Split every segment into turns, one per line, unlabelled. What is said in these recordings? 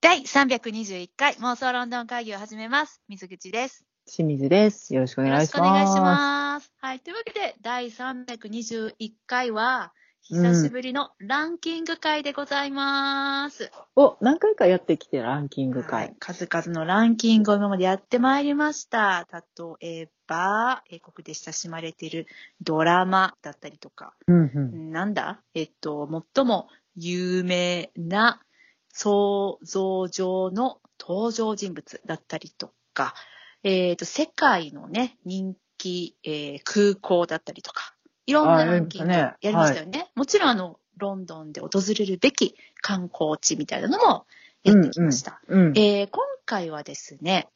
第321回妄想ロンドン会議を始めます。水口です。
清水です。よろしくお
よ
願
ろ
い
し
し
くお願
ま
い
す。
します。はい。というわけで、第321回は、久しぶりのランキング会でございます。
お、何回かやってきてランキング
は
会
い。数々のランキングを今までやってまいりました。例えば、英国で親しまれているドラマだったりとか、
うんうん。
なんだえっと、最も有名な想像上の登場人物だったりとか、えっと、世界のね、人気、えー空港だったりとか、いろんな
あ
ランキング
や
や
り
り
ま
ま
し
したた
よ
よね。もちろん、あの、ロンドンで訪れるべき観光地みたいなのもやってきました。
うん。
えー今回はですね、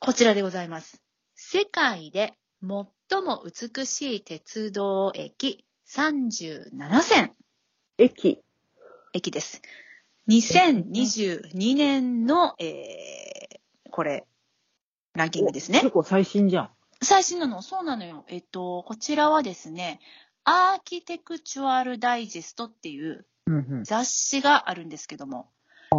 こちらでございます。世界で最も美しい鉄道駅37線
駅。
駅です。2022年の、えーこれ、ランキングですね
結。構最新じゃん。
最新なの、そうなのよ。えっと、こちらはですね、アーキテクチュアルダイジェストっていう
うんうん。
雑誌があるんですけども、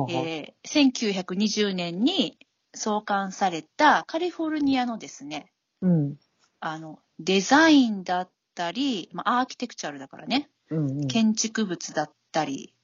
えー1920年に創刊されたカリフォルニアのですね、
うん。
あの、デザインだったり、まあ、アーキテクチャルだからね、
うんうん。
建築物だったり、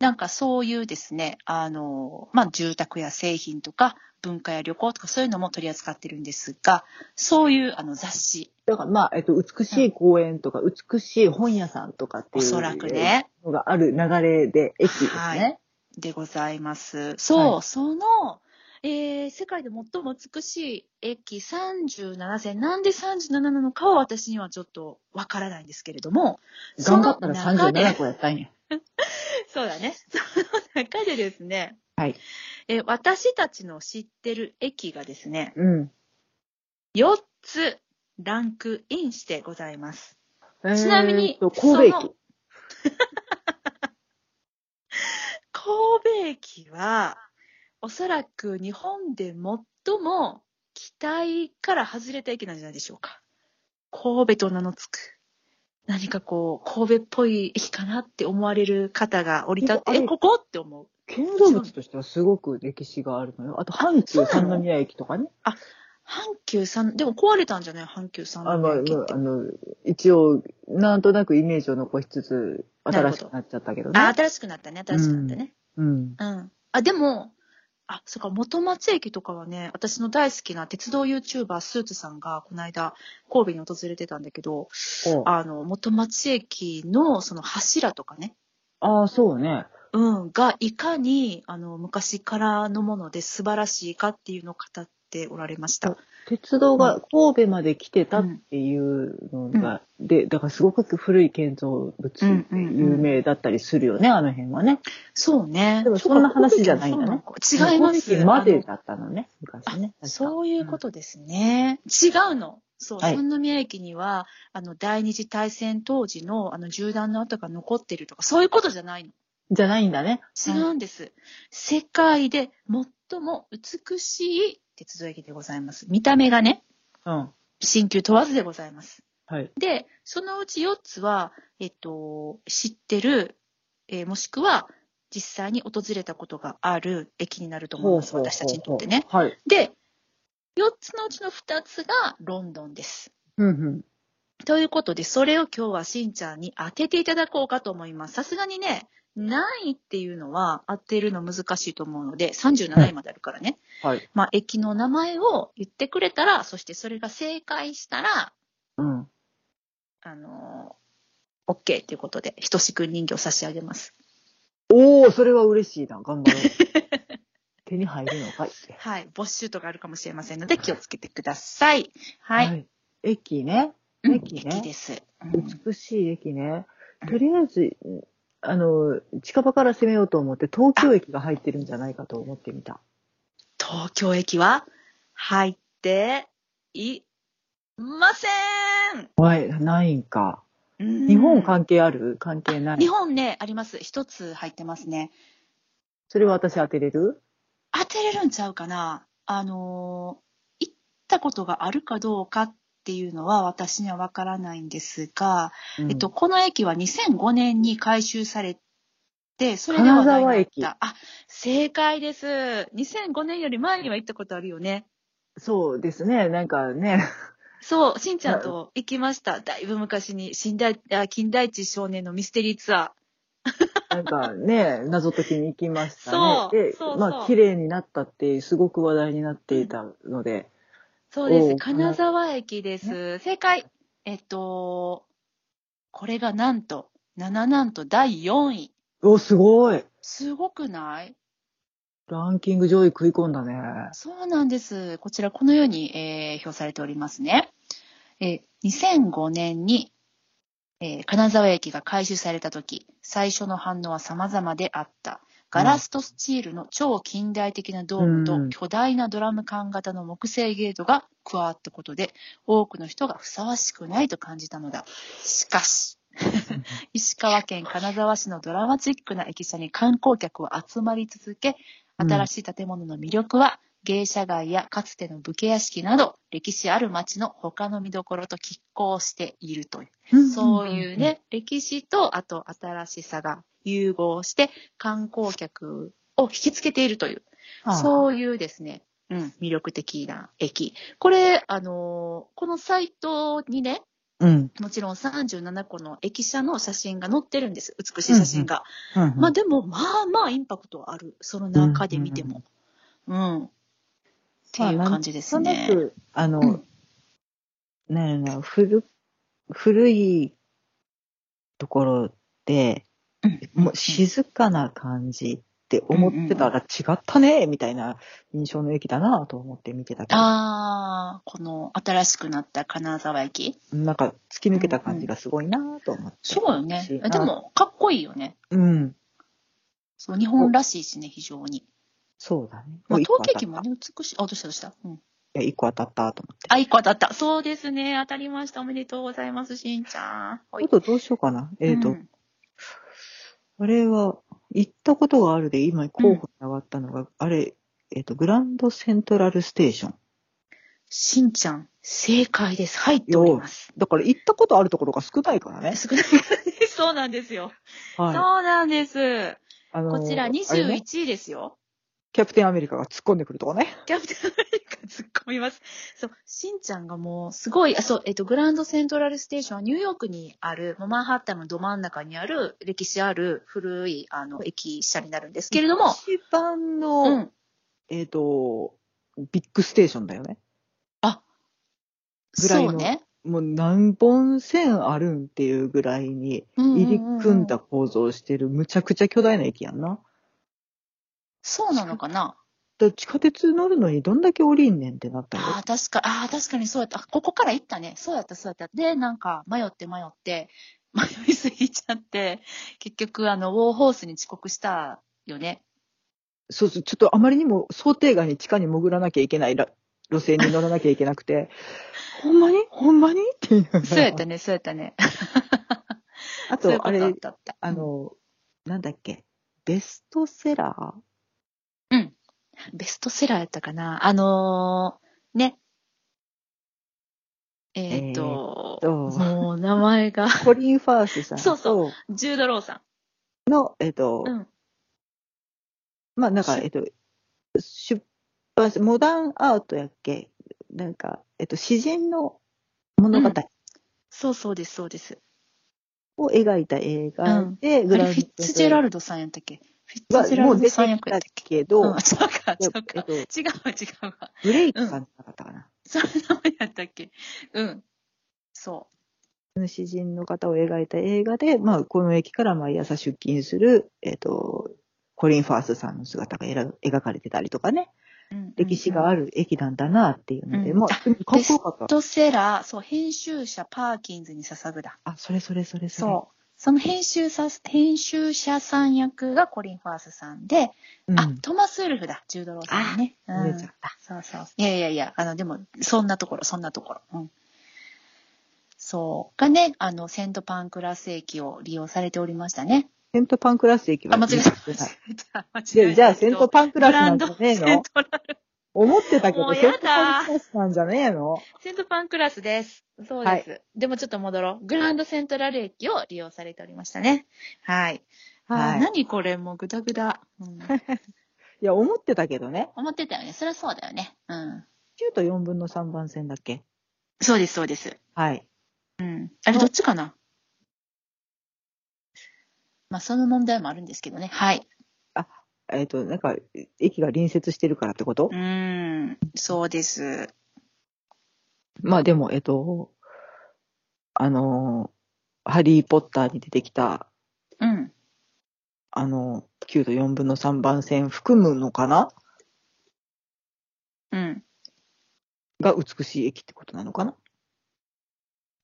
なんかそういうですね、あの、まあ、住宅や製品とか、文化や旅行とかそういうのも取り扱ってるんですが、そういうあの雑誌、
だからまあ、えっと、美しい公園とか、美しい本屋さんとかって
お
いう。
そらく。ね、
のがある流れで、駅です
はい
ね。
でございます。そう、
は
その、えー世界で最も美しい駅37選、なんで37なのかは私にはちょっとわからないんですけれども、そ
頑張
の
ったら
中で
37、個やったんや。
そうだね、 その中でですね、
はい。
えー私たちの知ってる駅がですね、
うん。
4つランクインしてございます。
ち
なみに
神戸
そ
駅
の。神戸駅は、おそらく日本で最も期待から外れた駅なんじゃないでしょうか。神戸と名の付く。何かこう、神戸っぽい駅かなって思われる方が降り立っ
で
て、
もあ
え、
れ
ここって思う。
建造物としてはすごく歴史があるのよ。あと、阪急
あそうなの
三宮駅とかね。
阪急さん、でも壊れたんじゃない阪急さん
あまあ、
の駅っ
ま
て
あ、あ。の、一応、なんとなくイメージを残しつつ、新しくなっちゃったけどね。
あ、新しくなったね、新しくなったね。
うん。
うん。あ、でも、あ、そっか、元町駅とかはね、私の大好きな鉄道 YouTuber スーツさんが、この間、神戸に訪れてたんだけど、
お
あの、元町駅のその柱とかね、
ああ、そうね。
うん、がいかに、あの、昔からのもので素晴らしいかっていうのを語っておられました。
鉄道
う
が神戸まで来てたっていうのが、で、だからすごく古い建造物って有名だったりするよね、あの辺はね。
そうね。
でもそんな話じゃないんだね
そうなの違います
神戸駅まで
あの
だったのね、昔ね。。
そういうこととですね。違うの。そう、
はい
三宮駅には、あの、第二次大戦当時の、あの、銃弾の跡が残ってるとか、そういうことじゃないの。
じゃないんだね。
違うんです。世界で最も美しい鉄道駅でございます。見た目がね、
うん。
新旧問わずでございます。
はい。
で、そのうち4つは、えっと、知ってる、えーもしくは、実際に訪れたことがある駅になると思います。私たちにとってね。
はい。
で、4つのうちの2つがロンドンです。
うんうん。
ということで、それを今日はしんちゃんに当てていただこうかと思います。さすがにね、何位っていうのは当てるの難しいと思うので、37位まであるからね。
はい。
まあ、駅の名前を言ってくれたら、そしてそれが正解したら、
うん。
あのー、OK ということで、ひとしくん人形差し上げます。
おー、それは嬉しいな。頑 張ろう。手に入るのかい。
はい。没収とかあるかもしれませんので、気をつけてください。はい。
駅ね。
うん
駅ね
駅です。うん
美しい駅ね
うん。
とりあえず、あの、近場から攻めようと思って、東京駅が入ってるんじゃないかと思ってみた。
東京駅は入っていません
はい、ないんか。
うん
日本関係ある関係な
日
い。
本ね、あります。一つ入ってますね。
それは私当てれる
当てれるんちゃうかなあのー行ったことがあるかどうかっていうのは私にはわからないんですが、えっと、、この駅は2005年に改修されって、それで話題になっ
金沢
た。あ、正解です。2005年より前には行ったことあるよね。
そうですね。なんか ね。
そう、しんちゃんと行きました。だいぶ昔に、新大、あ近代一少年のミステリーツア
なんかね、謎解きに行きました
そう
ね。で
そうそ、う
まあ、綺麗になったって、すごく話題になっていたので、
ー。そうで
お
す。
う
金沢駅です。正解。えっと、これがなんと、7なんと第4位。
お、すごい
すごくない
ランキング上位食い込んだね。
そうなんです。こちら、このように、えー表されておりますね。えー2005年に、えー金沢駅が改修された時最初の反応は様々であった。ガラスとスチールの超近代的なドーム
うん
と巨大なドラム缶型の木製ゲートが加わったことで、多くの人がふさわしくないと感じたのだ。しかし、石川県金沢市のドラマチックな駅舎に観光客は集まり続け、
うん
新しい建物の魅力は、芸者街やかつての武家屋敷など、歴史ある町の他の見どころと拮抗しているという。そういうね、歴史と、あと新しさが融合して、観光客を引きつけているという、
ああ。
そういうですね、うん、魅力的な駅。これ、あのーこのサイトにね、
うん。
もちろん37個の駅舎の写真が載ってるんです。美しい写真が。
うん
まあでも、まあまあインパクトある。その中で見ても。うん。っていう感じです
まあなん
ね
と。なくあの、
うん
なんやろな、古、古いところって、
うん
もう静かな感じって思ってたら違ったね、みたいな印象の駅だなと思って見てたけど、
ああ、この新しくなった金沢駅。
なんか突き抜けた感じがすごいなと思って。
そうよね。えでも、かっこいいよね。
うん。
そう、日本らしいしね、非常に。
そうだね。
まあ、
一個
陶
当た
器
った
機もね、美しい。あ、どうしたどうしたうん。
いや、一個当たったと思って。
あ、一個当たった。そうですね。当たりました。おめでとうございます、しんちゃん。ほ
あとどうしようかな。えっ、と、
うん
あれは、行ったことがあるで、今候補に上がったのが、あれ、えっ、と、グランドセントラルステーション。
しんちゃん、正解です。入っております。
だから行ったことあるところが少ないからね。
少ないそうなんですよ。
はい。
そうなんです。
あのー
こちら
あれね
21位ですよ。
キャプテンアメリカが突っ込んでくるとこね。
キャプテンアメリカ突っ込みます。そう、しんちゃんがもう、すごい、あ、そう、えっと、グランドセントラルステーションはニューヨークにある、もうマンハッタンのど真ん中にある、歴史ある古い、あの、駅舎になるんですけれども、
一番の、
うん。
えっ、と、ビッグステーションだよね。ぐらい
そ
の
うね。
もう何本線あるんっていうぐらいに入り組んだ構造をしてる、むちゃくちゃ巨大な駅やんな。
そうなのかな
だから地下鉄乗るのにどんだけ降りんねんってなったんだよ
ああ、確か、ああ、確かにそうやった。あここから行ったね。そうやった、そうやった。で、なんか、迷って迷って、迷いすぎちゃって、結局、あの、ウォーホースに遅刻したよ ね。
そうそう、ちょっとあまりにも想定外に地下に潜らなきゃいけないら路線に乗らなきゃいけなくて、 ほんまにほんまにっていう。
そうやったね、そうやったね。
あ
そういう
と、
こと
あ
あっ
れ、
たあった。
あの、なんだっけ、ベストセラ
ベストセラーやったかなあのーね。えっ、と、
えーと
もう名前が、
ーコリン・ファースさんと
そうそジュード・ローさ
の、えっ、と
ん。、うん。
まあなんか、
し
えっ、と、出版モダンアートやっけなんか、えっ、と、詩人の物語
そうそうです、そうです。
を描いた映画で、
あ
グラン
れ、
ド
フィッツジェラ
ル
ルドさんやったっけフィッツジェ
が
ラ
も
ル
う
ド
出て
さん
き
役や
た
ったっけ
けど、
うん、そうか、
え
そ
っ
うか。
と、
違うわ、違うわ。
ブレイクさんじゃなかったかな。
それ名前やったっけうん。そ
詩人の方を描いた映画で、まあ、この駅から毎朝出勤する、えっ、と、コリン・ファースさんの姿が描描かれてたりとかね、
う。うん
歴史がある駅なんだなっていうので、
うん
まあ、でもかっこよかっ
ベ
た
ス。トセラー、そう、編集者パーキンズに捧ぐだ。
あ、それそれそれそれ。
そう。その編集さ編集者さん役がコリン・ファースさんで、
うん。
あ、トマス・ウルフだ、ジュード・ローさんね。
あ
うん
ずれちゃった
そうそう。いやいやいや、あの、でも、そんなところ、そんなところ。うん。そう。がね、あの、セント・パンクラス駅を利用されておりましたね。
セントパンクラス駅は
あ、間違えた。間違
ない
えた。間違え
で
た
じゃあ、セントパンクラス
ブラ
なん
ン
じ
ド、
ゃねえ
セン
の
トラル
思ってたけ
も
ど、
う
セン
や
ト
だ
パンクラスなんじゃねえの
セントパンクラスです。そうです。でもちょっと戻ろう。グランドセントラル駅を利用されておりましたね。はい。あ
は
ー
い
何これもうグダグダ。うん、
いや、思ってたけどね。
思ってたよね。そりゃそうだよね。うん。
9と4分の3番線だっけ
そうです、そうです。
はい。
うん。あれ、どっちかなまあ、その問題もあるんですけどね。はい。
えっ、と、なんか、駅が隣接してるからってこと、
うん。そうです。
まあでも、えっ、と、あのーハリー・ポッターに出てきた、
うん。
あのー、9と4分の3番線含むのかな
うん。
が美しい駅ってことなのかな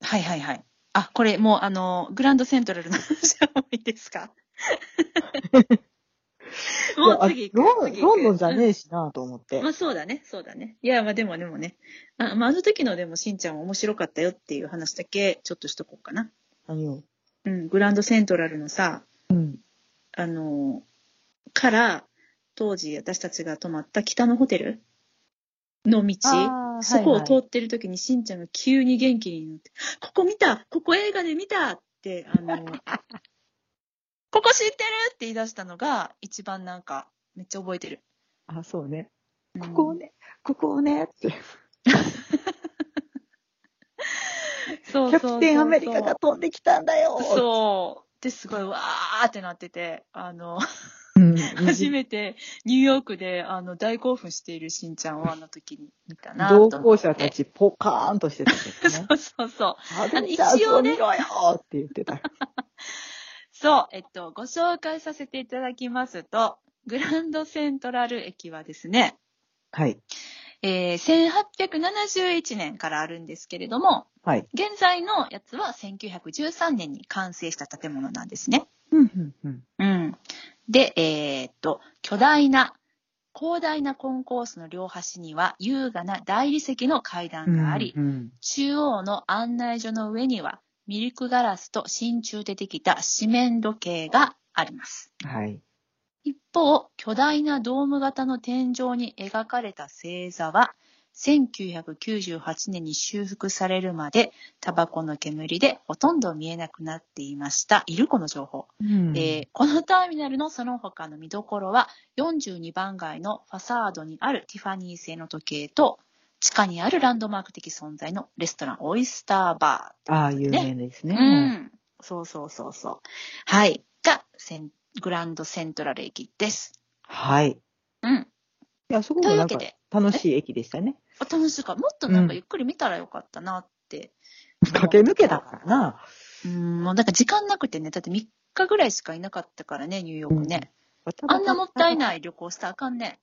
はいはいはい。あ、これ、もう、あの、グランドセントラルの話はもういいですか もう次行く。
ロン
次行
ロ
く
ンドンじゃねえしなと思って
ま。あそうだね、そうだね。いや、まあでもでもね、あ,、まあ、あの時のでもしんちゃんは面白かったよっていう話だけちょっとしとこうかな。
何を
うん、グランドセントラルのさ、
うん。
あの、から、当時私たちが泊まった北のホテルの道、
あー
そこ
は
を
いはい
通ってる時にしんちゃんが急に元気になって、ここ見たここ映画で見たって、あの、 ここ知ってるって言い出したのが、一番なんか、めっちゃ覚えてる。
あ、そうね。
うん
ここをね、ここをね、って。
そうそう
キャ
そうそう
プテンアメリカが飛んできたんだよ
そう。で、すごい、わーってなってて、あの、
う。うん。
初めてニューヨークで、あの、大興奮しているしんちゃんをあの時に見たなと思
同
って。。
行者たちポカーンとしてたけどね
そうそうそう。
アベンジャー
一
ズを
応ね
見ろよって言ってた。
そう、えっと、ご紹介させていただきますと、グランドセントラル駅はですね、
はい。
えー1871年からあるんですけれども、
はい。
現在のやつは1913年に完成した建物なんですね。
うん、うん、うん。
うん。で、えーっと、巨大な、広大なコンコースの両端には優雅な大理石の階段があり、
うん
中央の案内所の上にはミルクガラスと真鍮でできた四面時計があります。
はい。
一方、巨大なドーム型の天井に描かれた星座は、1998年に修復されるまで、タバコの煙でほとんど見えなくなっていました。いるこの情報。
うん
えーこのターミナルのその他の見どころは42番街のファサードにあるティファニー製の時計と地下にあるランドマーク的存在のレストランオイスターバ
ああ、有名です
ー、
ね。
うん、そうそうそうそうはいがセングランドセントラル駅です、
はい。い
うん、
や、すご
と
く
いう
な
わ
ん
け
か
で
楽しい駅でしたね。
あ楽しいからもっとなん
う
か
ん
ゆっくり見たらよかったなって、
駆け抜けたからな。
うんもうなんか時間なくてねだって3日ぐらいしかいなかったからねニューヨークね、あんなもったい
い。
ない旅行したらあかんね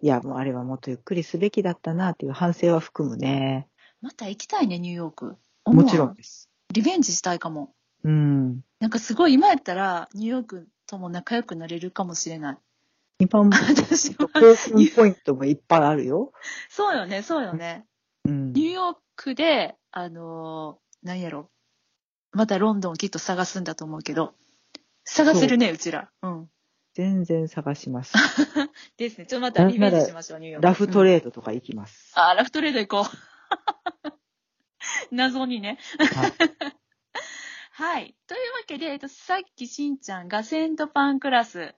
いや、もうあれはもっとゆっくりすべきだったなっていう反省は含むね。
また行きたいね、ニューヨーク。
もちろ
思わ
ん。です。
リベンジしたいかも。
うん。
なんかすごい今やったら、ニューヨークとも仲良くなれるかもしれない。
今も、
私は。
興奮ポイントもいっぱいあるよ。
そうよね、そうよね。
うん。
ニューヨークで、あのー、何やろ。またロンドンをきっと探すんだと思うけど、探せるね、うちら。うん。
全然探します。
ですね。ちょっとまたリベンジしましょう、ニューヨーク。
ラフト
ー
レードとか行きます。
あー、ラフトレード行こう。 謎にね。
はい
はい。というわけで、えっと、さっきしんちゃんがセントパンクラス、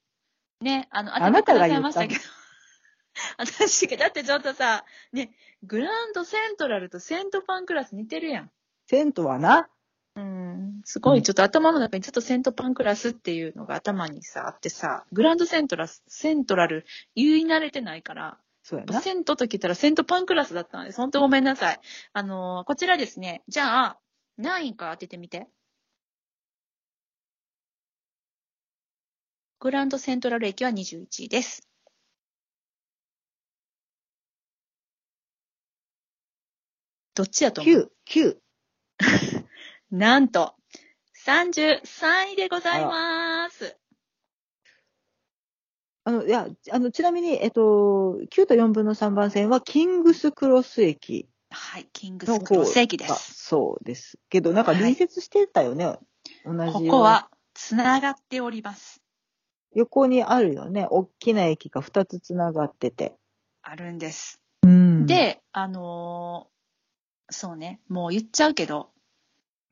ね、あの、
あなたが
当ててく
言
ださい
っ
ましたたけ
の
ど。 私が、だってちょっとさ、ね、グランドセントラルとセントパンクラス似てるやん。
銭湯はな、
うん。すご
う
い、
ん
ちょっと頭の中にずっとセントパンクラスっていうのが頭にさ、あってさ、グランドセントラス、セントラル言い慣れてないから、
そうやな。
セントと聞いたらセントパンクラスだったんです。本当ごめんなさい。あのーこちらですね、じゃあ、何位か当ててみて。グランドセントラル駅は21位です。どっちだと思う
9、9。
なんと、33位でございます。
あの、いや、あの、ちなみに、えっと、9と4分の3番線は、キングスクロス駅
はい、キングス
の
クロ
方
ス駅で
が
す。
そうです。けど、なんか隣接してたよね。同じ。
ここ。は、つながっております。
横にあるよね。大きな駅が2つつながってて。
あるんです。
うん、
で、あのーそうね、もう言っちゃうけど、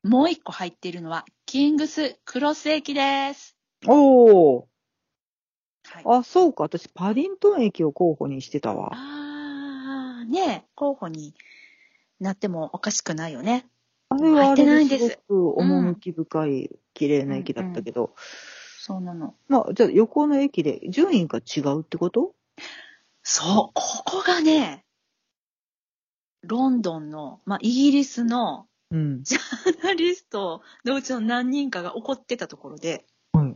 もう一個入っているのは、キングスクロス駅です。
おー。
はい。
あ、そうか。私、パディントン駅を候補にしてたわ。
あー、ねえ候補になってもおかしくないよね。
あれはあ
入って
れ
ないんです
すごく趣深い、綺麗な駅だったけど。
そうなの。
まあ、じゃあ横の駅で順位が違うってこと
そう、ここがね、ロンドンの、まあ、イギリスの
うん。
ジャーナリストのうちの何人かが怒ってたところで、
はい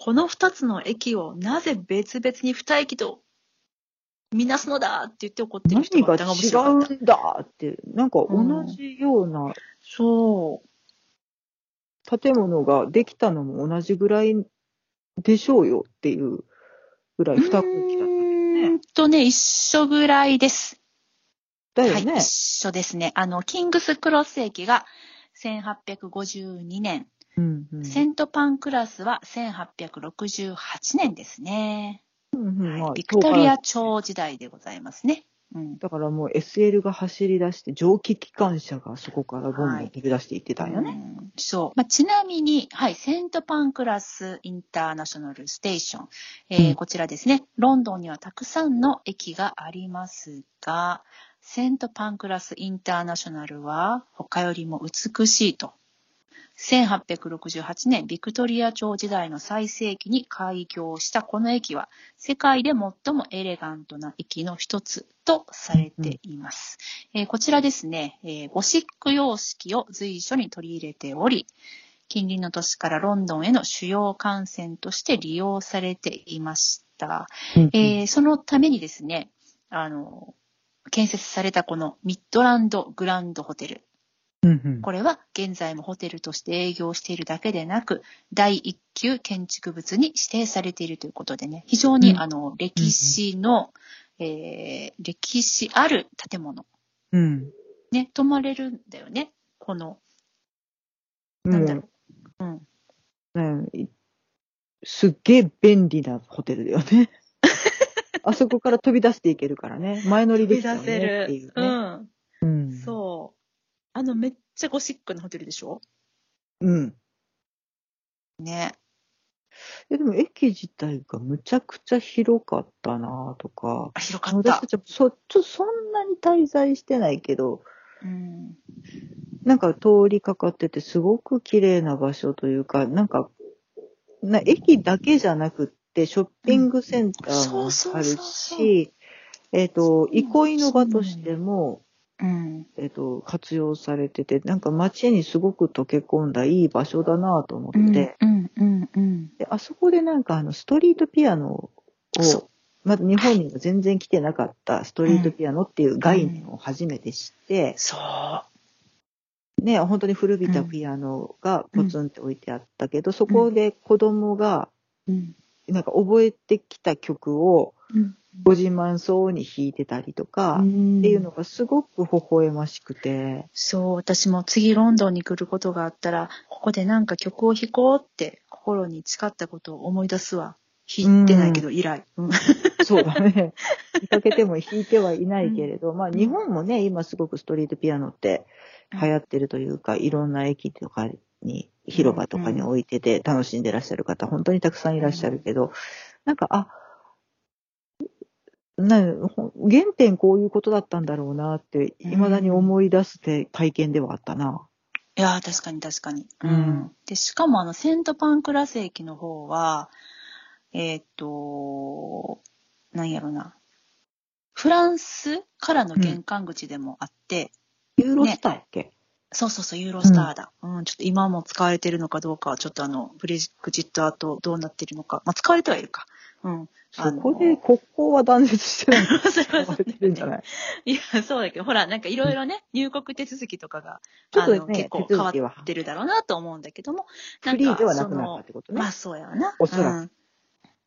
この2つの駅をなぜ別々に2駅とみなすのだって言って怒ってる人
何が
がいたのが面白かった
違うんだって、なんか同じような
そう。
建物ができたのも同じぐらいでしょうよっていうぐらい二区来た
うんーんとね、一緒ぐらいです。
だよ
は
ね
い、一。緒ですね。あの、キングスクロス駅が1852年、
うんうん
セントパンクラスは1868年ですね。
うんうん
はい
まあ
ビクトリ
そ
ア
うか
朝時代でございますね。うん、
だからもう SL が走り出して、蒸気機関車がそこからどんどん飛び出していってたんよね。
うんそう。まあ、ちなみに、はい、セントパンクラスインターナショナルステーション。えー
うん
こちらですね。ロンドンにはたくさんの駅がありますが、セントパンクラスインターナショナルは他よりも美しいと。1868年、ビクトリア朝時代の最盛期に開業したこの駅は、世界で最もエレガントな駅の一つとされています。えーこちらですね、えーゴシック様式を随所に取り入れており、近隣の都市からロンドンへの主要幹線として利用されていました。えーそのためにですね、あの、建設されたこのミッドランドグランドホテル。
うんうん
これは現在もホテルとして営業しているだけでなく、第一級建築物に指定されているということでね、非常に、
うん
あの、歴史の、えー歴史ある建物
うん。
ね、泊まれるんだよね。この、
うん。
なんだろう。うん。
うんいすっげえ便利なホテルだよ ね。あそこから飛び出していけるからね。前乗りできたよねっていう
う
ね。
ん。
うん
そう。あの、めっちゃゴシックなホテルでしょ
うん。
ね。
えでも駅自体がむちゃくちゃ広かったなとか。
あ、広かっ
私
た
た。ちはそ、ちょ、そんなに滞在してないけど、
うん。
なんか通りかかっててすごく綺麗な場所というか、なんか、な駅だけじゃなくって、ショッピングセンター
うんそう
もあ
そう
る
そうそう
し、えっ、と、
そう
憩いの場としても、
うん。
えっ、と、活用されてて、なんか街にすごく溶け込んだいい場所だなと思って、
うん。
で、
うん。うん。うん。
あそこでなんかあの、ストリートピアノ
そう
を、まだ日本には全然来てなかったストリートピアノっていう概念を初めて知って、
そう。
ね、本当に古びたピアノがポツンって置いてあったけど、そこで子供が、
うん。
なんか覚えてきた曲を
うん。
ご自慢そうに弾いてたりとか、っていうのがすごく微笑ましくて、
そう、私も次ロンドンに来ることがあったら、ここでなんか曲を弾こうって心に誓ったことを思い出すわ。弾いてないけど以来。うん。
そう だね。見かけても弾いてはいないけれど、まあ日本もね、今すごくストリートピアノって流行ってるというか、いろんな駅とかに、広場とかに置いてて楽しんでらっしゃる方、本当にたくさんいらっしゃるけど、なんか、あ、なほん原点こういうことだったんだろうなって、
うん
未だに思い出すて体験ではあったな。
いやー確かに確かに。
うん
で、しかもあの、セントパンクラス駅の方は、えーっと、なんやろな。フランスからの玄関口でもあって、
ユーロスターやっけ、
そうそうそう、ユーロスターだ、うん。ちょっと今も使われてるのかどうかは、ちょっとあの、ブレジット後どうなってるのか。まあ、使われてはいるか。うん。あ
そ
の
こで国交は断絶してるの
それは
言われてるんじ ゃない
いや、そうだけど、ほら、なんかいろいろね、入国手続きとかが、
ちょっとね
あの結構
手
変
続
わ
きは
ってるだろうなと思うんだけども、な
フ
ん
リ
か
ーではな
そ
くなった
の
っ、てことね
まあ。そうやわな。
おそらく
うん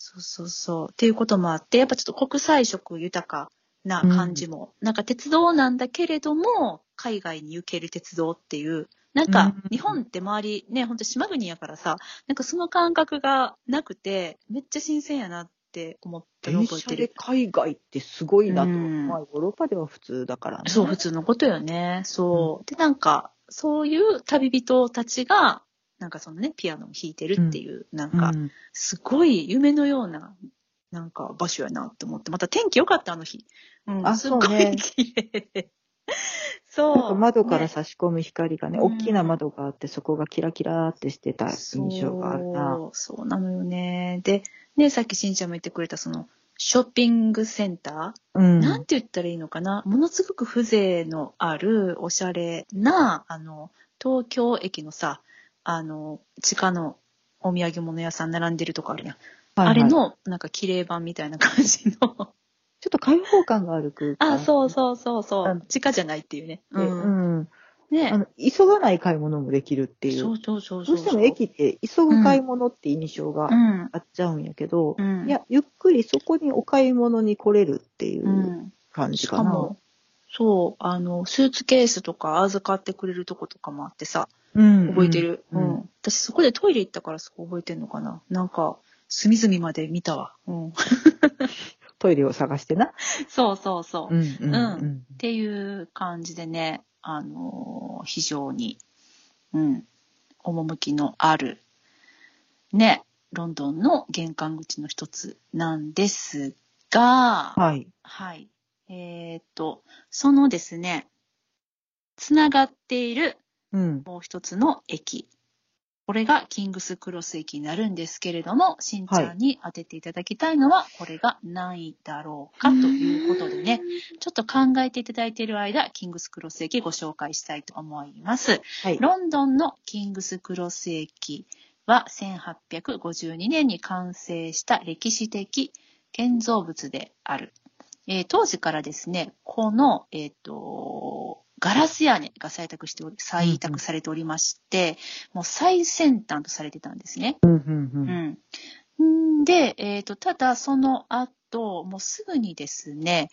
そうそうそう。っていうこともあって、やっぱちょっと国際色豊かな感じも、なんか鉄道なんだけれども、海外に行ける鉄道っていう、なんか
うん
日本って周りね、ほんと島国やからさ、なんかその感覚がなくて、めっちゃ新鮮やなって思ったの
電
覚え
車
て
で
る。
海外ってすごいなと。
うん
まあ、ヨーロッパでは普通だからね。
そう、普通のことよね。そう。で、なんか、そういう旅人たちが、なんかそのね、ピアノを弾いてるっていう、なんか
う、ん
すごい夢のような、なんか場所やなって思って、また天気良かった、あの日。うん、
あ
すっごい
そうね
綺麗で。
なん
そ
か
う。
窓から
ね
差し込む光がね、
うん
大きな窓があって、そこがキラキラってしてた印象があるな。
そう。そうなのよね。で、ね、さっきしんちゃんも言ってくれた、その、ショッピングセンタ
う
ー、
ん。
なんて言ったらいいのかなものすごく風情のある、おしゃれな、あの、東京駅のさ、あの、地下のお土産物屋さん並んでるとこあるやん。
はいはい
あれ。の、なんか綺麗版みたいな感じの。
ちょっと開放感がある空間。
あ、そうそうそうそ
あ
う。地下じゃないっていうね。
で
うん。
うん
ね
あの。急がない買い物もできるっていう。
そうそうそう
ど
そうう。
しても駅って急ぐ買い物って印象が
うん。
あっちゃうんやけど、
うん。。
いや、ゆっくりそこにお買い物に来れるっていううん感じ
し
か
か
な。
も、そう、あの、スーツケースとか預かってくれるとことかもあってさ、
うん
覚えてる。
う
うんん。私そこでトイレ行ったからそこ覚えてんのかな。なんか、隅々まで見たわ。うん。
トイレを探してな。
そうそうそう。っ
んうんん
ていう感じでね、あのー非常に、うん、趣のある、ね、ロンドンの玄関口の一つなんですが、
はい。
はい。えーっと、そのですね、つながっている
うん。
もう一つの駅。これがキングスクロス駅になるんですけれども、しんちゃんに当てていただきたいのは、これが何位だろうかということでね、ちょっと考えていただいている間、キングスクロス駅ご紹介したいと思います。
はい。
ロンドンのキングスクロス駅は1852年に完成した歴史的建造物である。えー当時からですね、この、えっ、と、ガラス屋根が採択しており、採択されておりまして、もう最先端とされてたんですね。
うんう
うんん。んで、えっ、と、ただその後、もうすぐにですね、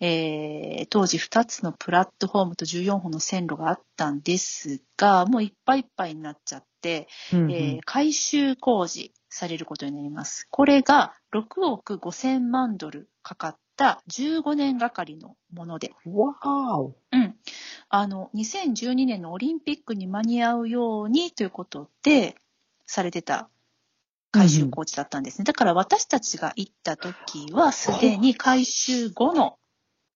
えー当時2つのプラットフォームと14本の線路があったんですが、もういっぱいいっぱいになっちゃって、
うん。
えー改修工事されることになります。これが6億5000万ドルかかった15年がかりのもので、
わーお。
うん、あの2012年のオリンピックに間に合うようにということでされてた改修工事だったんですね、だから私たちが行った時はすでに改修後の、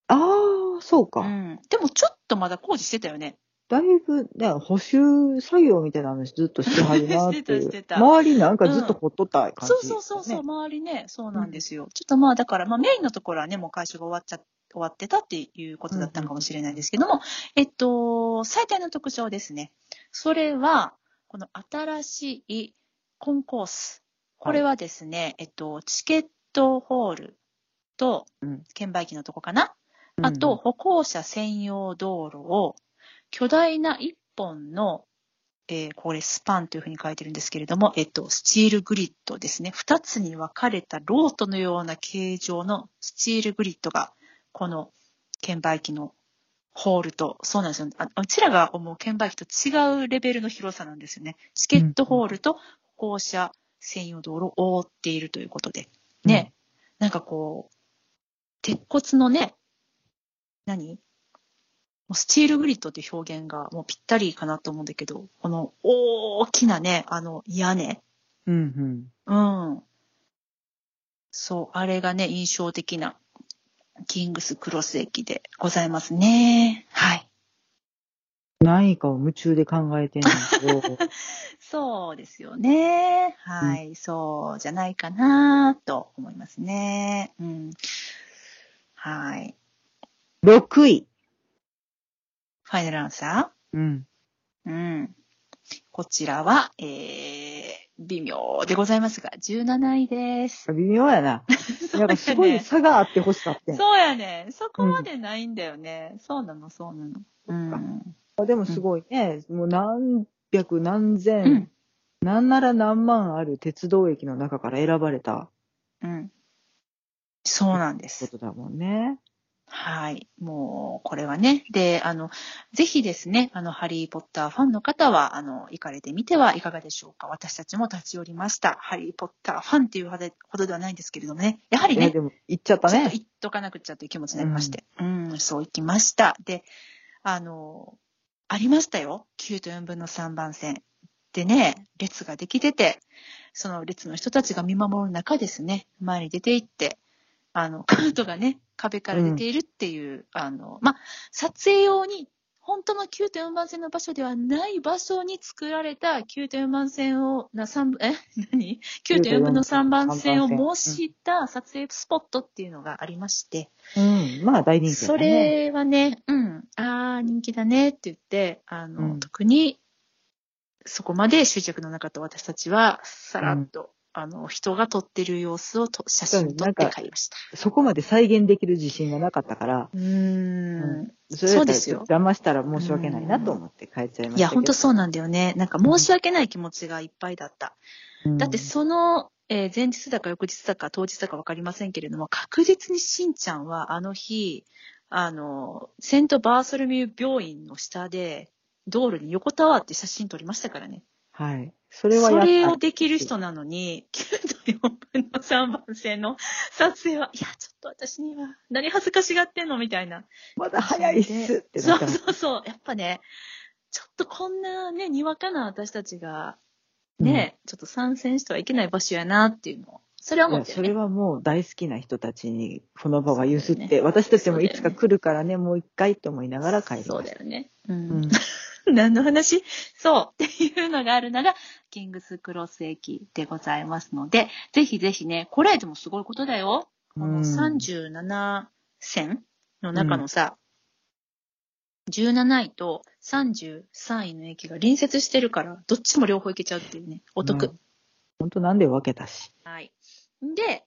ああ、そうか。
うん、でもちょっとまだ工事してたよね
だいぶ、ね、補修作業みたいな話ずっとしてはるなっていう。
してたしてた
周りなんかずっとほっとった感じ、
そうそうそうそう、
ね。
周りねそうなんですよ、ちょっとまあだから、まあ、メインのところはねもう改修が終わっちゃ終わってたっていうことだったのかもしれないですけども、えっと最大の特徴ですねそれはこの新しいコンコースこれはですね、えっとチケットホールと
うん
券売機のとこかな、
うん
あと、、歩行者専用道路を巨大な一本の、えーこれスパンというふうに書いてるんですけれども、えっと、スチールグリッドですね。二つに分かれたロートのような形状のスチールグリッドが、この券売機のホールと、そうなんですよ。あうちらが思う券売機と違うレベルの広さなんですよね。チケットホールと歩行者専用道路を覆っているということで。ね、なんかこう、鉄骨のね、何もうスチールグリッドっていう表現がもうぴったりかなと思うんだけど、この大きなね、あの屋根。
うんうん。
うん。そう、あれがね、印象的なキングスクロス駅でございますね。はい。
何かを夢中で考えてんねんけど。
そうですよね。はい、そうじゃないかなと思いますね。うん。はい。
6位。
ファイナルアンサ
うん。
ーうん。こちらは、えー、微妙でございますが、17位です。
微妙やな。なんかすごい差があってほしかったん
そうやね。そこまでないんだよね。そうなの、そうなの。うん。
あでもすごいね、もう何百何千、
うん。
なんなら何万ある鉄道駅の中から選ばれた
うん。そうなんで
こ
す。
とだもんね。
はい。もう、これはね。で、あの、ぜひですね、あの、ハリー・ポッターファンの方は、あの、行かれてみてはいかがでしょうか。私たちも立ち寄りました。ハリー・ポッターファンっていうほどほどではないんですけれどもね。やはり
いや
ね、
でも行っちゃった
ちょっと
ね。
行っとかなくちゃという気持ちになりまして。うん、そう行きました。で、あの、ありましたよ。9と4分の3番線。ってね、列ができてて、その列の人たちが見守る中ですね、前に出ていって、あの、カートがね、壁から出ているっていう、あの、まあ、撮影用に、本当の9.4番線の場所ではない場所に作られた9.4番線を、な、三え、 何 ?9.4 分の3番線を模した撮影スポットっていうのがありまして、
うん。まあ、大人気だ
そ
ね。
れはね、うん、ああ、人気だねって言って、あの、
うん
特に、そこまで執着のなかった私たちは、さらっと、あの、人が撮ってる様子をと写真撮
な
っ
んか
て買いました。
そこまで再現できる自信がなかったから、
うーん。
それだ
そう
った
で
ら
すよ
騙したら申し訳ないなと思って帰っちゃいましたけど。
いや、ほんとそうなんだよね。なんか申し訳ない気持ちがいっぱいだった。
うん
だってその、えー前日だか翌日だか当日だかわかりませんけれども、確実にしんちゃんはあの日、あの、セントバーソルミュー病院の下で、道路に横たわって写真撮りましたからね。
はい。そ
そ
れ
れ
はやっ
をできる人なのに、9.4分の3番線の撮影は、いや、ちょっと私には、何恥ずかしがってんのみたいな。
まだ早いっすって
そ
なっ
う
てます
そうそう。やっぱね、ちょっとこんなね、にわかな私たちが、ね、ちょっと参戦してはいけない場所やなっていうのを、それは思っ
いや
て
そ
る、
れ
ね。
はもう大好きな人たちにこの場は譲って、
そうだよ
私たちもいつ
そうだ
か
よね
来るからね、もう一回と思いながら帰りました。
そうだよね。う
うんん。
何の話そう。っていうのがあるなら、キングスクロス駅でございますので、ぜひぜひね、これでもすごいことだよ。あ
う
の、
ん
37線の中のさ、17位と33位の駅が隣接してるから、どっちも両方行けちゃうっていうね、お得。
うん本当なんで分けたし。
はい。で、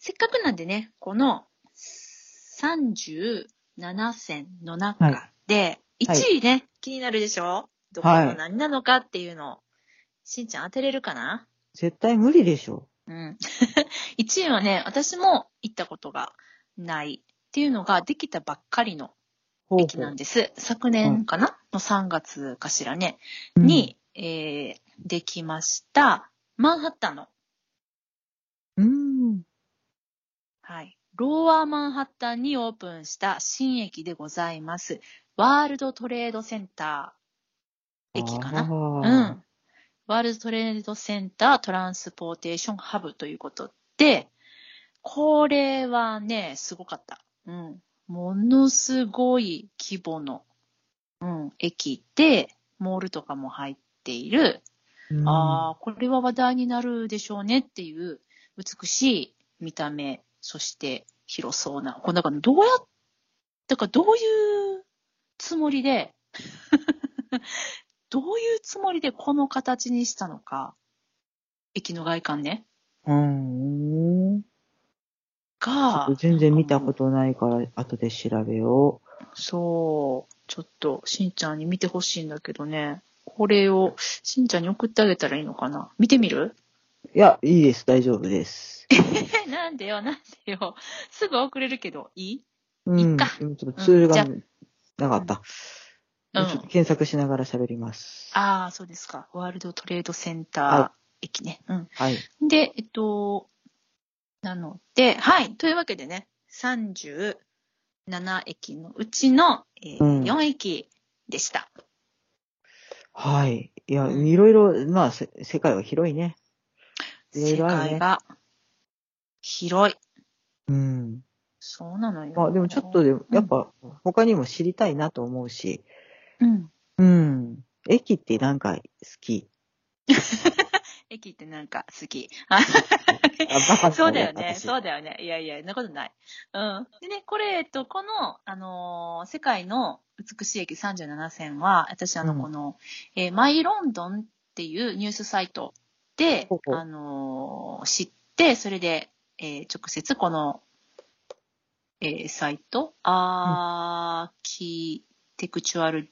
せっかくなんでね、この37選の中で、
はい
1位ね、気になるでしょどこの何なのかっていうのを、しんちゃん当てれるかな
絶対無理でしょ。
うん。1位はね、私も行ったことがないっていうのができたばっかりの
ほう
駅なんです。昨年かな、の3月かしらね。に、えーできました、マンハッタンの
うん。
はい。ローワーマンハッタンにオープンした新駅でございます。ワールドトレードセンター駅かな。う
な。
ん。ワールドトレードセンタートランスポーテーションハブということで、これはね、すごかった。うん。ものすごい規模の、うん、駅で、モールとかも入っている、
うん。
ああ、これは話題になるでしょうねっていう美しい見た目、そして広そうな。これだからどうやっ、だからどういうつもりで、 どういうつもりでこの形にしたのか、駅の外観ね、
うん。
が、
全然見たことないから、後で調べよ
そう、ちょっとしんちゃんに見てほしいんだけどね、これをしんちゃんに送ってあげたらいいのかな。見てみる
う。いや、いいです。大丈夫です。
え、なんでよ、なんでよ。すぐ送れるけど、いい
うん。
いっか
でもちょっとツール
じ
が
ゃ
なかった。
うん
ちょっと検索しながら喋ります。
ああ、そうですか。ワールドトレードセンター駅ね。
はい。
うん。で、えっと、なので、はい。というわけでね、37駅のうちの、えー
うん
4駅でした。
はい。いや、
うん
いろいろ、まあ、せ世界は広いね。いろい
世
ろある
界
ね。
が広い。
うん。
そうなのよ。
まあ、でもちょっとでも、やっぱ、他にも知りたいなと思うし、
うん。
うん。駅ってなんか好き。
駅ってなんか好き。
あ、バカ
そうだよね。
私
そうだよね。いやいや、そんなことない。うん。でね、これ、えっと、この、あのー世界の美しい駅37選は、私、あの、
うん
この、えーマイロンドンっていうニュースサイトで、
ほうほう
あのー知って、それで、えー直接この、えーサイト、アーキテクチュアル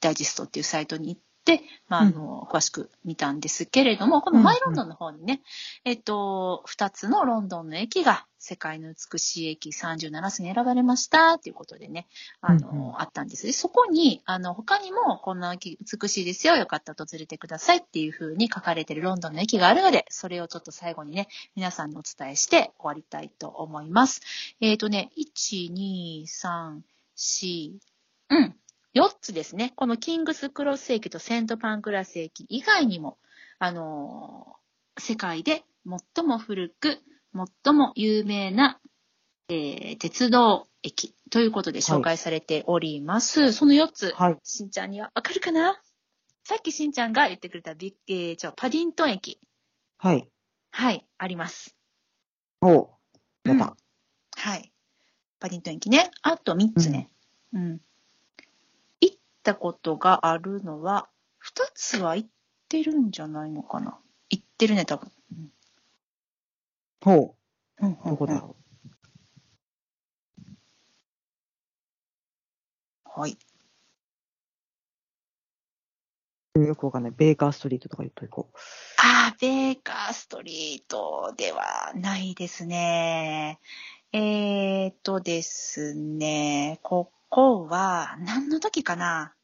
ダイジェストっていうサイトに行って、まあ、あの、詳しく見たんですけれども、このマイロンドンの方にね、えっと、2つのロンドンの駅が世界の美しい駅37選に選ばれましたということでね、あの、
うんうん
あったんです。でそこに、あの、他にもこんな駅美しいですよ、よかったら訪れてくださいっていう風に書かれてるロンドンの駅があるので、それをちょっと最後にね、皆さんにお伝えして終わりたいと思います。えっ、とね、1、2、3、4、うん。 4つですね。このキングスクロス駅とセントパンクラス駅以外にも、あのー世界で最も古く、最も有名な、えー鉄道駅ということで紹介されております。その4つ、
はい。
しんちゃんにはわかるかなさっきしんちゃんが言ってくれたビッ、えー、じゃあパディントン駅。
はい。
はい、あります。
おま
う
た
ん。はい。パディントン駅ね。あと3つね。うん。行ったことがあるのは、2つは行ってるんじゃないのかな。行ってるね、多分。
ほ
うんうん
う。どこだ
うん
ろ
はい。
う。よくわかんない。ベーカーストリートとか言っといこう。
あー、ベーカーストリートではないですね。えーっとですね、ここは何の時かな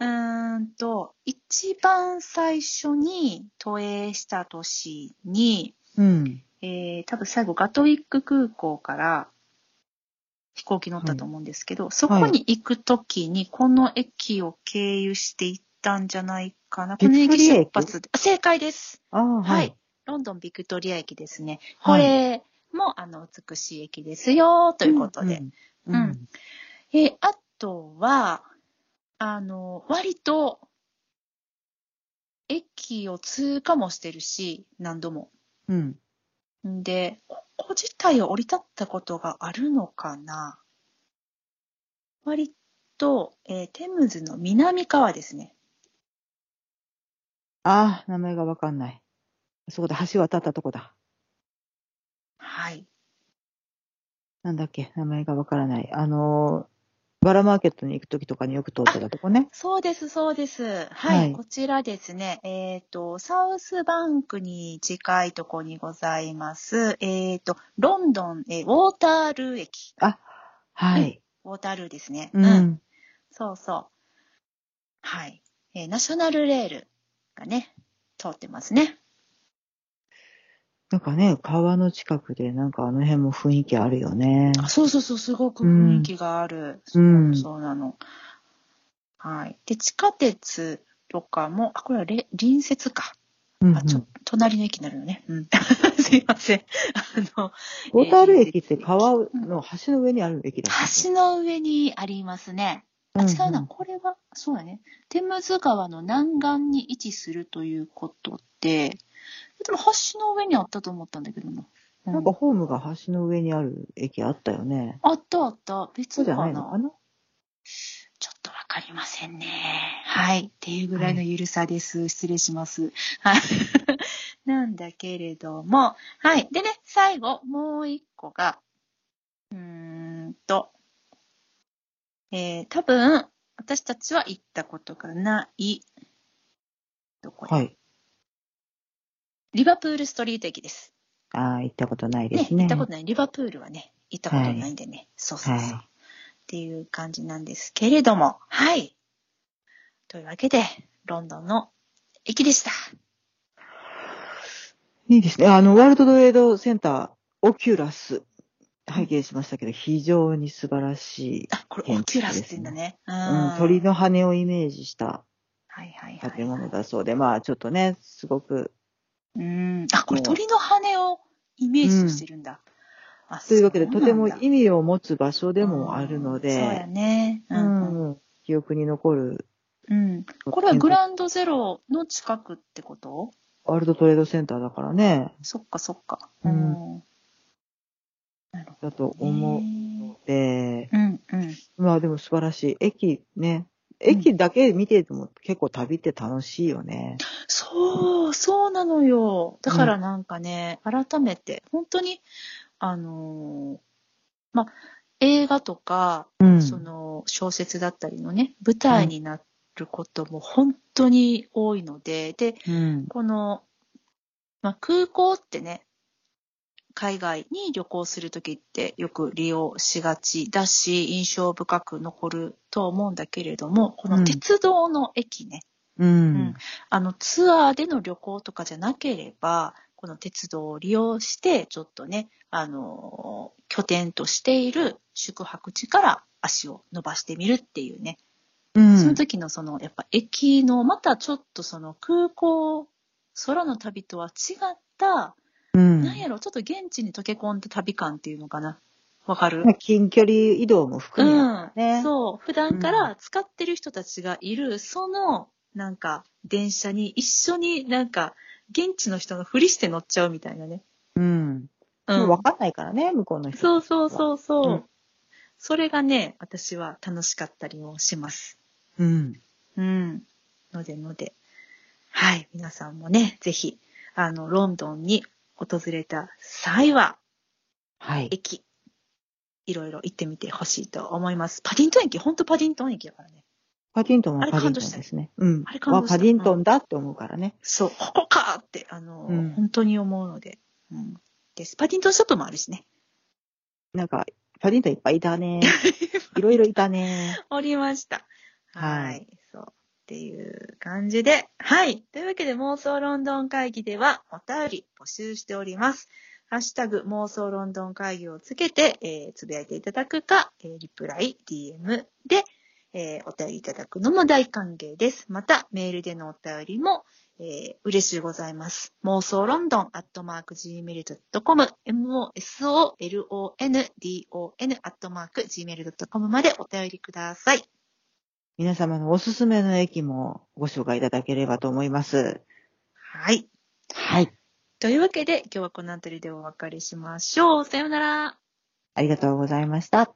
うーんと、一番最初に都営した年に、
うん。
えー、多分最後ガトウィック空港から飛行機乗ったと思うんですけど、そこに行く時にこの駅を経由して行ったんじゃないかな。この
ビクト
駅
リア
出
駅
発で。あ正解です。
ああ、
は
はいい。
ロンドンビクトリア駅ですね。こ
はい
れも、あの、美しい駅ですよ、ということで。。
うん。うん
えーあとは、あの、割と、駅を通過もしてるし、何度も。
うん。
んで、ここ自体を降り立ったことがあるのかな割と、えーテムズの南側ですね。
ああ、名前がわかんない。そこだ、橋渡ったとこだ。
はい。
なんだっけ、名前がわからない。あのー、バラマーケットに行くときとかによく通ってたとこね。
そうです、そうです。はい、
はい
こちらですね。えっ、と、サウスバンクに近いところにございます。えっ、と、ロンドン、えーウォータールー駅。
はい。
ウォータールーですね。
う。ん。
そうそう。はい。えーナショナルレールがね、通ってますね。
なんかね、川の近くで、なんかあの辺も雰囲気あるよね。
あそうそうそう、すごく
うん
雰囲気がある。
うん
そうそうなの。はい。で、地下鉄とかも、あ、これはれ隣接か。
うんうん。
あ、ちょ、隣の駅になるのね。うん。 すいません。あの、
ウォータール駅って川の橋の上にある駅だっけ
橋の上にありますね。あ、
んん
違うな。これは、そうだね。テムズ川の南岸に位置するということで、でも橋の上にあったと思ったんだけどな。う
なんかホームが橋の上にある駅あったよね。
あったあった。別
そうじ
か
ゃ
な
ないのかな
ちょっとわかりませんね。はい。っていうぐらいのゆるさです。失礼します。はい。 なんだけれども。はい。でね、最後、もう一個が、うーんと、えー、多分、私たちは行ったことがない、どこだ
はい。
リバプールストリート駅です。
ああ、行ったことないで
ね
すね。
行ったことない。リバプールはね、行ったことないんでね。そうそうそう。
は
っ
い
ていう感じなんですけれども、はい。というわけで、ロンドンの駅でした。
いいですね。あの、ワールドトレードセンター、オキュラス、拝見しましたけど、非常に素晴らしい。
あ、これ、オキュラスって言うんだね。う
うん、鳥。の羽をイメージした
はいはいはい。
建物だそうで、まあちょっとね、すごく、
うん。あ、これ、鳥の羽をイメージとしてるんだ。あ、
というわけで、
そなんだ
とても意味を持つ場所でもある
う
の
んそう
で
や、ね。う。
うんん、記憶に残る、
うん。これはグランドゼロの近くってこと
ワールドトレードセンターだからね、
そっかそっか。。
うんだと思うので、
うんうん。
まあでも素晴らしい。駅ね。駅だけ見てても結構旅って楽しいよね。
そう、そうなのよ。だからなんかね、改めて、本当に、あのーまあ、映画とか、
うん
その小説だったりのね、舞台になることも本当に多いので、で、
うん。
この、まあ、空港ってね、海外に旅行するときってよく利用しがちだし、印象深く残ると思うんだけれども、こ
う
の
ん
鉄道の駅ね、
う
うん
ん。
あのツアーでの旅行とかじゃなければ、この鉄道を利用して、ちょっとね、あのー拠点としている宿泊地から足を伸ばしてみるっていうね、
うん。
その時のその、やっぱ駅の、またちょっとその空港、空の旅とは違った、
うん。
なんやろ、ちょっと現地に溶け込んだ旅感っていうのかな。わかる
まあ近距離移動も含め、
うん、
ね
そう。普段から使ってる人たちがいる、その、なんか、電車に一緒になんか、現地の人のふりして乗っちゃうみたいなね。
うん。
う。
もうん分かんないからね、向こうの人。
そうそうそうそう。
うん
それがね、私は楽しかったりもします。
うん。
うん。のでので。はい。皆さんもね、ぜひ、あの、ロンドンに訪れた際は、
はい。
駅、いろいろ行ってみてほしいと思います。パディントン駅、ほんとパディントン駅だからね。
パディントン
あ
は
れ
パディ
感
ン
動
ト
し
ン
た
ですね。うん
あれ。感
は
動した
パディントンだって思うからね。
そう、ここかって、あの、
うん
本当に思うので。うん。です。パディントンショットもあるしね。
なんか、パディントンいっぱいい たね。いろいろいたね。
おりました。は。
はいい
そう。っていう感じで。はい。というわけで、妄想ロンドン会議では、お便り募集しております。ハッシュタグ、妄想ロンドン会議をつけて、えーつぶやいていただくか、えーリプライ、DM で、えーお便りいただくのも大歓迎です。また、メールでのお便りも、えー嬉しいございます。妄想ロンドン、アットマーク、gmail.com、mosolondon、アットマーク、gmail.com までお便りください。
皆様のおすすめの駅もご紹介いただければと思います。
はい。
はい。
というわけで、今日はこの辺りでお別れしましょう。さようなら。
ありがとうございました。